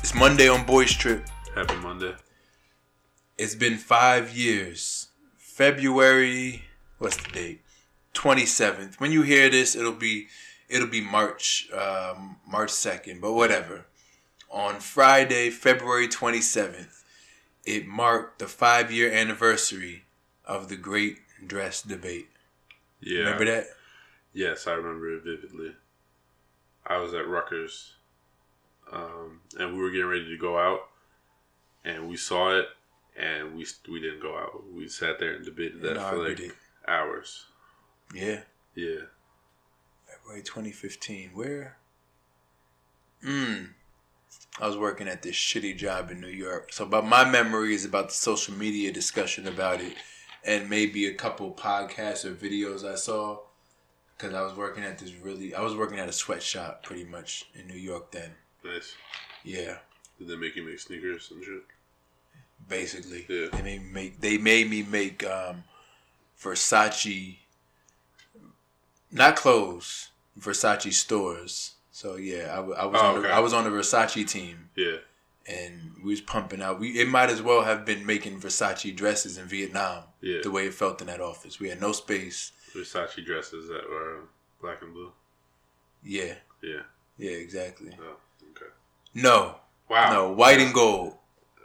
It's Monday on Boys Trip. Happy Monday. It's been five years. February. What's the date? Twenty seventh. When you hear this, it'll be it'll be March um, March second. But whatever. On Friday, February twenty seventh, it marked the five year anniversary of the Great Dress Debate. Yeah. Remember that? Yes, I remember it vividly. I was at Rutgers, um, and we were getting ready to go out, and we saw it, and we we didn't go out. We sat there and debated that No, for we like did. hours. Yeah. Yeah, February 2015. Where? Mm. I was working at this shitty job in New York. So, but my memory is about the social media discussion about it, and maybe a couple podcasts or videos I saw, because I was working at this really. I was working at a sweatshop pretty much in New York then. nice. Yeah, Did they make you make sneakers and shit? basically. Yeah. And they make they made me make um, Versace, not clothes, Versace stores. So yeah, I, w- I was Oh, on the, okay. I was on the Versace team, Yeah, and we was pumping out. We it might as well have been making Versace dresses in Vietnam. yeah. The way it felt in that office, we had no space. Versace dresses that were um, black and blue. Yeah, Yeah. yeah, exactly. Oh, okay. No, Wow. no, white and gold,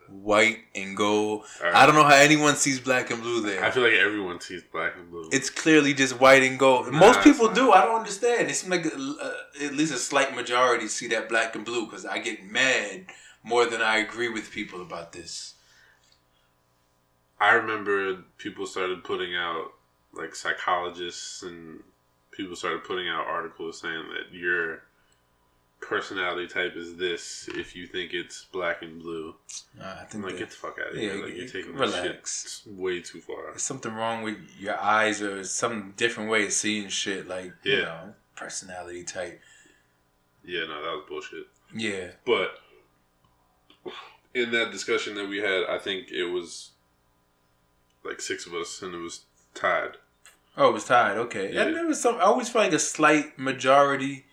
white and gold. All right. I don't know how anyone sees black and blue there. I feel like everyone sees black and blue. It's clearly just white and gold. Nah, Most people it's not. do. I don't understand. It seems like uh, at least a slight majority see that black and blue because I get mad more than I agree with people about this. I remember people started putting out like psychologists and people started putting out articles saying that your personality type is this if you think it's black and blue. Uh, I I'm think like that- get the fuck out of yeah, here. Like you're taking relax. this shit way too far. there's something wrong with your eyes or some different way of seeing shit, like you Yeah. know, personality type. Yeah, no, that was bullshit. Yeah, But in that discussion that we had, I think it was like six of us and it was tied. Oh, it was tied. Okay, Yeah. and there was some. I always feel like a slight majority,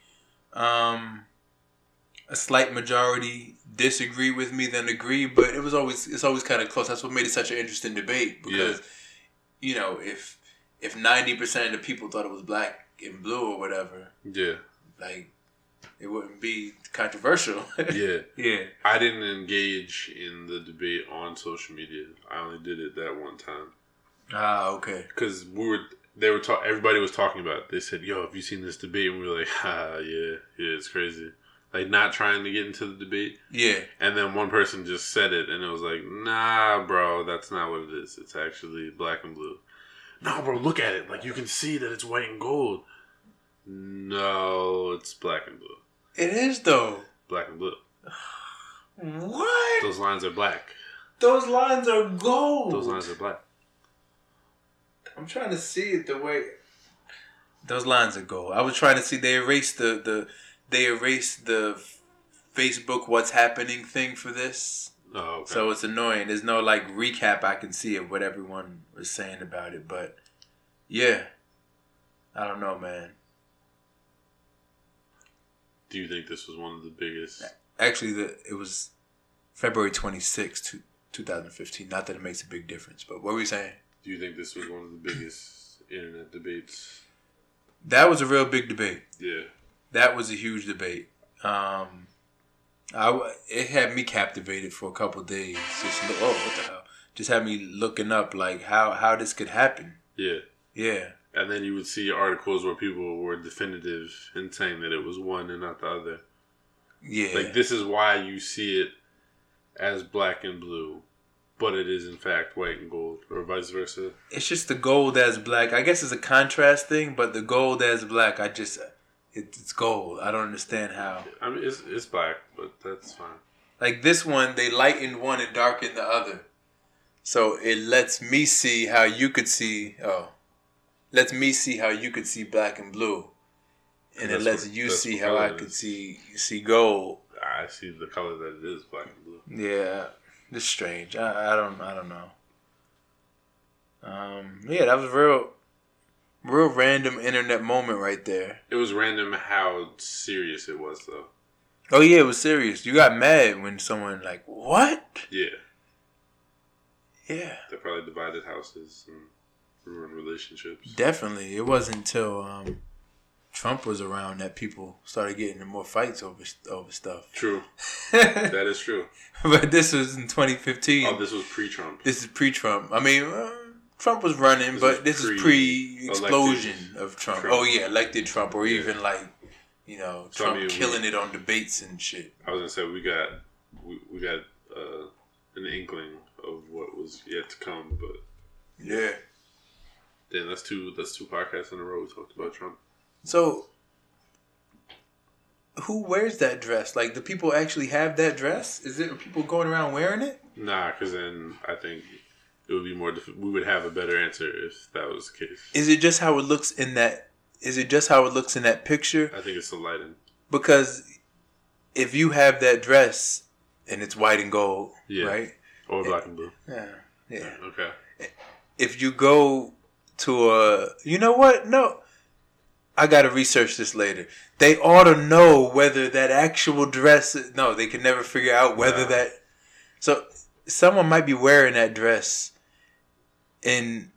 um, a slight majority disagree with me than agree, but it was always it's always kind of close. That's what made it such an interesting debate because, you know, if if ninety percent of the people thought it was black and blue or whatever, Yeah. like it wouldn't be controversial. Yeah. yeah, I didn't engage in the debate on social media. I only did it that one time ah, okay, because we were they were talking. Everybody was talking about. It. They said, "Yo, have you seen this debate?" And we were like, "Ha, yeah, yeah, it's crazy." Like not trying to get into the debate, yeah, and then one person just said it, and it was like, "Nah, bro, that's not what it is. It's actually black and blue." No, bro, look at it. Like you can see that it's white and gold. No, it's black and blue. it is though. Black and blue. What? Those lines are black. Those lines are gold. Those lines are black. I'm trying to see it the way those lines are gold. I was trying to see they erased the the they erased the Facebook what's happening thing for this. Oh, okay. So it's annoying. There's no like recap I can see of what everyone was saying about it, but yeah. I don't know, man. Do you think this was one of the biggest? Actually, the it was February 26th, two- 2015. Not that it makes a big difference, but what were you saying? Do you think this was one of the biggest internet debates? That was a real big debate. Yeah, that was a huge debate. Um, I w- it had me captivated for a couple days. Just lo- oh, what the hell? Just had me looking up like how how this could happen. yeah. Yeah, And then you would see articles where people were definitive in saying that it was one and not the other. yeah, Like this is why you see it as black and blue, but it is in fact white and gold, or vice versa. it's just the gold as black. I guess it's a contrast thing, but the gold as black. I just it, it's gold. I don't understand how. I mean, it's it's black, but that's fine. Like this one, they lightened one and darkened the other. So it lets me see how you could see. Oh, lets me see how you could see black and blue, and it That's lets what- you that's see what how I color it could is. see see gold. I see the color that it is black and blue. Yeah, it's strange. I, I don't I don't know. Um, yeah, that was a real, real random internet moment right there. It was random how serious it was, though. Oh yeah, it was serious. You got mad when someone like what? Yeah, Yeah, they probably divided houses and ruined relationships. definitely. It wasn't until um, Trump was around that people started getting in more fights over over stuff. True, but that is true. this was in 2015. Oh, this was pre-Trump. This is pre-Trump. I mean, uh, Trump was running, This but was this is pre- pre-explosion elected of Trump. Trump. Oh yeah, elected Trump, or Yeah. even like you know So, I Trump mean, we- killing it on debates and shit. I was gonna say we got we, we got uh, an inkling of what was yet to come, but Yeah. then that's two that's two podcasts in a row we talked about Trump. So, who wears that dress? Like, do people actually have that dress? Is it are people going around wearing it? Nah, because then I think it would be more. Diff- we would have a better answer if that was the case. Is it just how it looks in that? Is it just how it looks in that picture? I think it's the lighting. Because if you have that dress and it's white and gold, Yeah. right? Or black and blue. Yeah, yeah. Okay. If you go to a, you know what? No, I gotta research this later. They ought to know whether that actual dress. No, they can never figure out whether Nah. that. So someone might be wearing that dress, and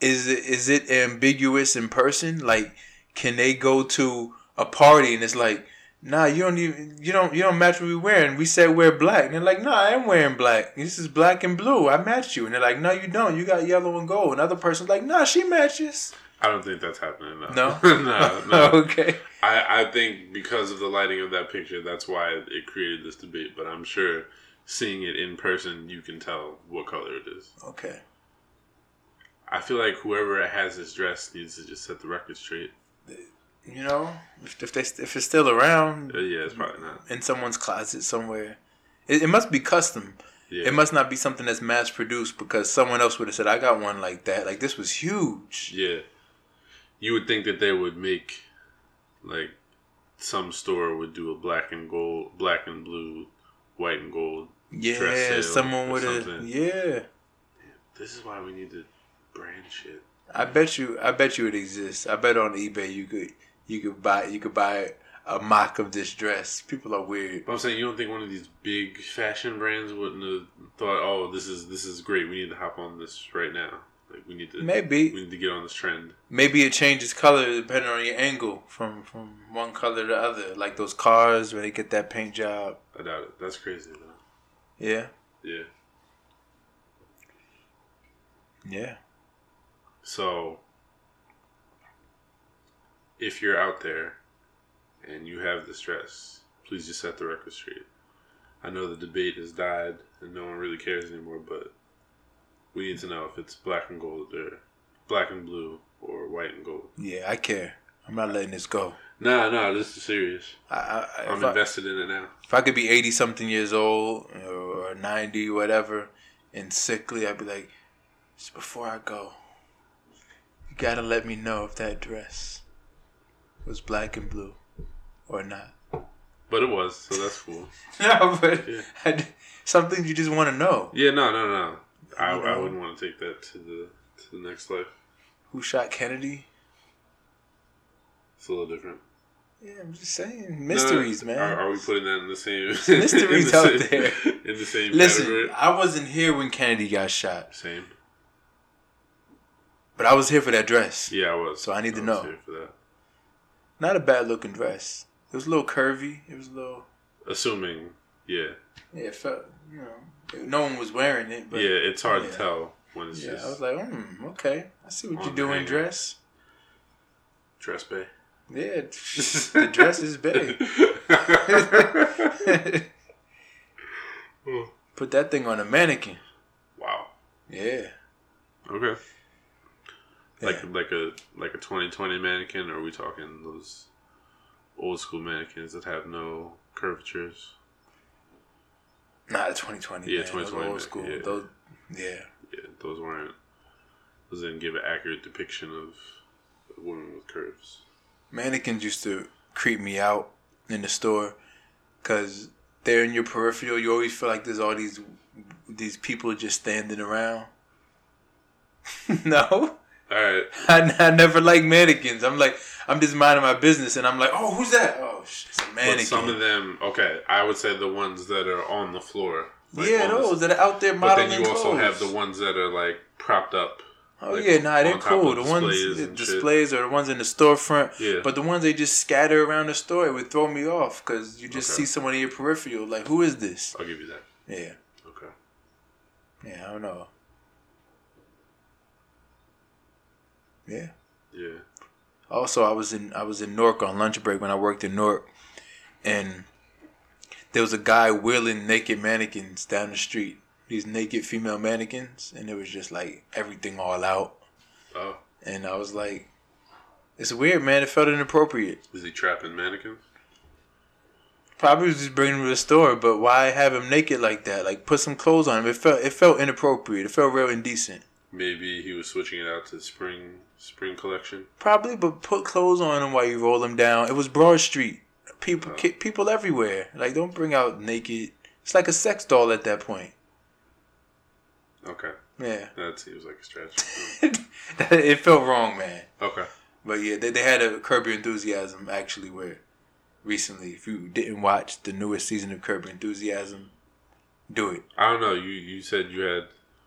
is it, is it ambiguous in person? Like, can they go to a party and it's like, nah, you don't even you don't you don't match what we wearing. We said we're black, and they're like, nah, I am wearing black. This is black and blue. I match you, and they're like, no, you don't. You got yellow and gold. Another person's like, nah, she matches. I don't think that's happening. No. No? no. no. okay. I, I think because of the lighting of that picture, that's why it created this debate. But I'm sure seeing it in person, you can tell what color it is. Okay. I feel like whoever has this dress needs to just set the record straight. You know, if, if they if it's still around Uh, yeah, it's probably not. in someone's closet somewhere, it, it must be custom. Yeah. It must not be something that's mass produced because someone else would have said, "I got one like that. Like this was huge." Yeah. You would think that they would make like some store would do a black and gold black and blue, white and gold. Dress Yeah, sale someone or would have. something. Yeah, This is why we need to brand shit. I bet you. I bet you it exists. I bet on eBay you could you could buy you could buy a mock of this dress. People are weird. But I'm saying you don't think one of these big fashion brands wouldn't have thought, Oh, this is this is great, we need to hop on this right now. Like we need to Maybe we need to get on this trend. maybe it changes color depending on your angle from from one color to the other. Like those cars where they get that paint job. I doubt it. That's crazy though. Yeah. Yeah. Yeah. So, if you're out there and you have the stress, please just set the record straight. I know the debate has died and no one really cares anymore, but we need to know if it's black and gold or black and blue or white and gold. Yeah, I care. I'm not letting this go. Nah, nah, this is serious. I, I, I- I'm if, I, invested in it now. if I could be 80 something years old or, or 90, whatever, and sickly, I'd be like, just before I go, you gotta let me know if that dress was black and blue or not. But it was, so that's cool. No, but Yeah. I d something you just wanna know. Yeah, no, no, no. I, You I know. wouldn't want to take that to the to the next life. Who shot Kennedy? It's a little different. Yeah, I'm just saying. Mysteries, No, man. Uh, Are, are we putting that in the same mysteries in the out same- there. In the same Listen, category. I wasn't here when Kennedy got shot, Same. but I was here for that dress. Yeah, I was. So I need to was know. here for that. Not a bad looking dress. It was a little curvy. It was a little. Assuming, yeah, Yeah, it felt you know. No one was wearing it, but yeah, yeah, it's hard yeah. to tell when it's I was just like, hmm, okay, I see what On you're the doing, hanger. dress. dress bay. Yeah, the dress is big. Put that thing on a mannequin. wow. Yeah, Okay. Like Yeah. like a like a 2020 mannequin. Or are we talking those old school mannequins that have no curvatures? not 2020. Yeah, man. Those 2020, Old school. yeah. Those, yeah. Yeah, those weren't. Those didn't give an accurate depiction of a woman with curves. mannequins used to creep me out in the store because they're in your peripheral. You always feel like there's all these these people just standing around. no, All right. I, I never like mannequins. I'm like I'm just minding my business, and I'm like, oh, who's that? Oh, shit, it's a But mannequin. some of them, okay, I would say the ones that are on the floor. like, yeah, on the- those that are out there But modeling then you also clothes. have the ones that are like propped up. Oh like, yeah, nah, they're on top of cool. The ones displays the and shit. displays are the ones in the storefront. Yeah. But the ones they just scatter around the store it would throw me off because you just Okay. see someone in your peripheral. Like, who is this? I'll give you that. Yeah, Okay. yeah, I don't know. Yeah. Yeah. Also, I was in I was in Newark on lunch break when I worked in Newark, and there was a guy wheeling naked mannequins down the street. These naked female mannequins, and it was just like everything all out. Oh, And I was like, it's weird, man. It felt inappropriate. is he trapping mannequins? Probably was just bringing him to the store, but why have him naked like that? Like put some clothes on him. It felt it felt inappropriate. It felt real indecent. Maybe he was switching it out to spring spring collection. Probably, but put clothes on him while you roll him down. It was Broad Street. People ki- people everywhere. Like don't bring out naked. It's like a sex doll at that point. Okay, Yeah, that seems like a stretch. it felt wrong, man. okay, But yeah, they, they had a Curb Your Enthusiasm actually where recently, if you didn't watch the newest season of Curb Your Enthusiasm, do it. I don't know. You you said you had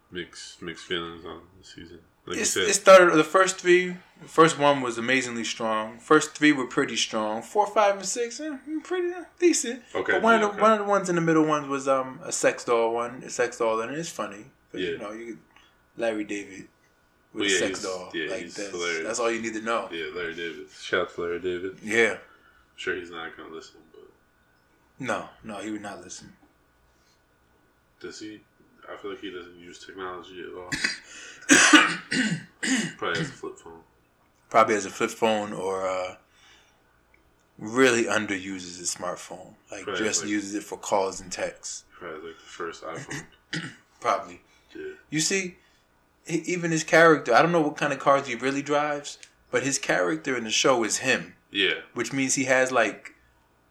mixed mixed feelings on the season. Like It's, you it said, started. The first three, the first one was amazingly strong. First three were pretty strong. Four, five, and six, eh, pretty decent. Okay, But one of the okay. one of the ones in the middle ones was um a sex doll one, a sex doll, and it's funny. 'Cause, You Yeah. know, you Larry David with Well, a yeah, sex he's- doll. yeah, like he's that's, hilarious. that's all you need to know. yeah, Larry David. Shout out to Larry David. I'm Yeah. sure he's not gonna listen, but No, no, he would not listen. does he? I feel like he doesn't use technology at all. Probably has a flip phone. Probably has a flip phone or uh, really underuses his smartphone. Like Right, just like- uses it for calls and texts. Probably has, like the first iPhone. Probably. Yeah. You see, e- even his character, I don't know what kind of cars he really drives, but his character in the show is him, Yeah. which means he has like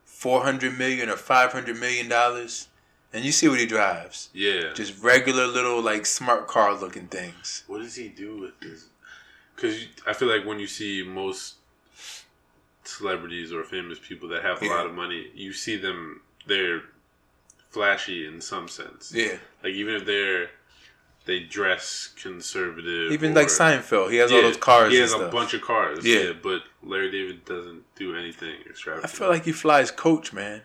400 million or 500 million dollars. And you see what he drives. Yeah. Just regular little like smart car looking things. What does he do with this? Because I feel like when you see most celebrities or famous people that have a Yeah. lot of money, you see them they're flashy in some sense. Yeah. Like even if they're they dress conservative, Even or- like Seinfeld, he has all Yeah, those cars. He and has a stuff. bunch of cars. Yeah. Yeah. but Larry David doesn't do anything extravagant. I feel like he flies coach, man.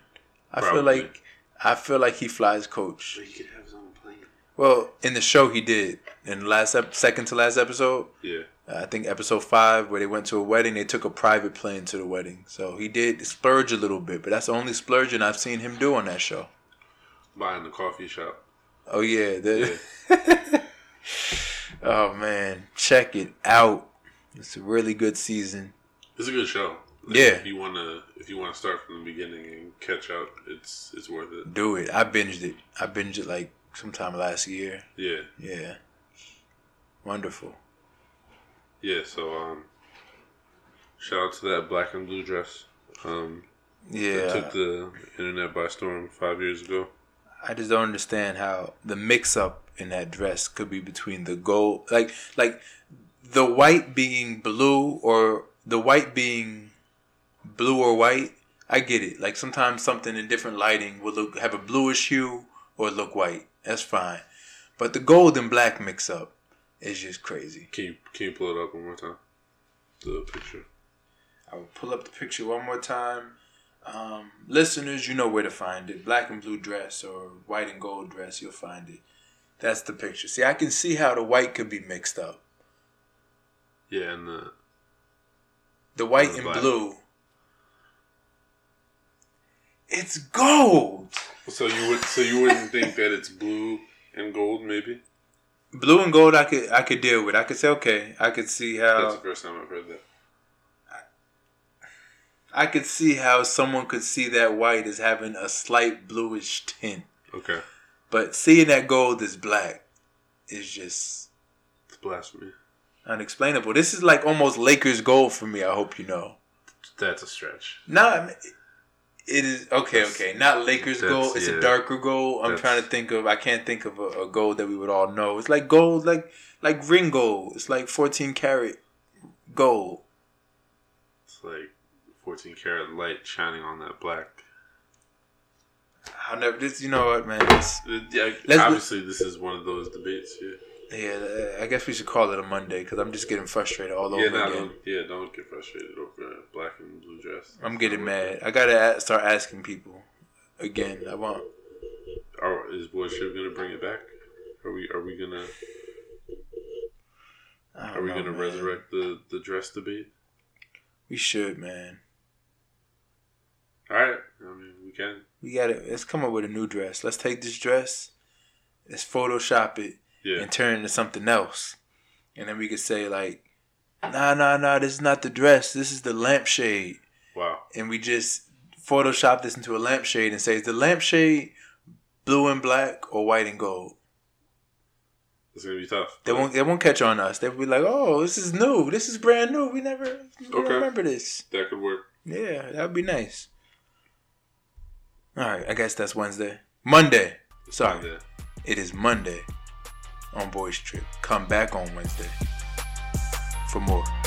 I feel Probably. like I feel like he flies coach. he could have his own plane. Well, in the show he did. In the last ep- second to last episode, Yeah. Uh, I think episode five, where they went to a wedding, they took a private plane to the wedding. So he did splurge a little bit, but that's the only splurging I've seen him do on that show. Buying the coffee shop. Oh yeah, Yeah. the, oh man, check it out. It's a really good season. It's a good show. Like, Yeah. If you wanna if you wanna start from the beginning and catch up, it's it's worth it. Do it. I binged it. I binged it like sometime last year. Yeah. Yeah, wonderful. Yeah, so um shout out to that black and blue dress. Um that Yeah, took the internet by storm five years ago. I just don't understand how the mix up in that dress could be between the gold like like the white being blue or the white being blue or white. I get it. Like sometimes something in different lighting will look have a bluish hue or look white. That's fine. But the gold and black mix up is just crazy. Can you can you pull it up one more time? The picture. I will pull up the picture one more time. Um, listeners, you know where to find it. Black and blue dress or white and gold dress, you'll find it. That's the picture. See, I can see how the white could be mixed up. Yeah, and the The white the and black. blue. It's gold. so you would so you wouldn't think that it's blue and gold maybe? Blue and gold I could I could deal with. I could say okay. I could see That's how the first time I've heard that. I could see how someone could see that white as having a slight bluish tint. Okay. But seeing that gold is black is just It's blasphemy. unexplainable. This is like almost Lakers gold for me. I hope you know. That's a stretch. No, I mean, it is okay. That's- Okay, not Lakers that's- gold. It's yeah. a darker gold. I'm That's- trying to think of. I can't think of a, a gold that we would all know. It's like gold, like like ring gold. It's like 14 karat gold. It's like 14 karat light shining on that black. I'll never. This, you know what, man? This, Uh, Yeah, Let's- obviously, this is one of those debates. Yeah, yeah, I guess we should call it a Monday because I'm just getting frustrated all over yeah, nah, again. don't, yeah. Don't get frustrated over a black and blue dress. I'm getting mad. I gotta a- start asking people again. I want. Are, is Boyship gonna bring it back? Are we? Are we gonna? I don't Are we know, gonna man. resurrect the the dress debate? We should, man. All right. I mean, we can. We gotta. Let's come up with a new dress. Let's take this dress. Let's Photoshop it. Yeah. and turn it into something else. And then we could say like, nah, nah, nah, this is not the dress. This is the lampshade. Wow. And we just Photoshop this into a lampshade and say, is the lampshade blue and black or white and gold? It's gonna be tough. They won't, they won't catch on us. They'll be like, oh, this is new. This is brand new. We never we don't Okay. remember this. That could work. Yeah, that would be nice. All right, I guess that's Wednesday. Monday. Sorry, Yeah. it is Monday on Boys Trip. Come back on Wednesday for more.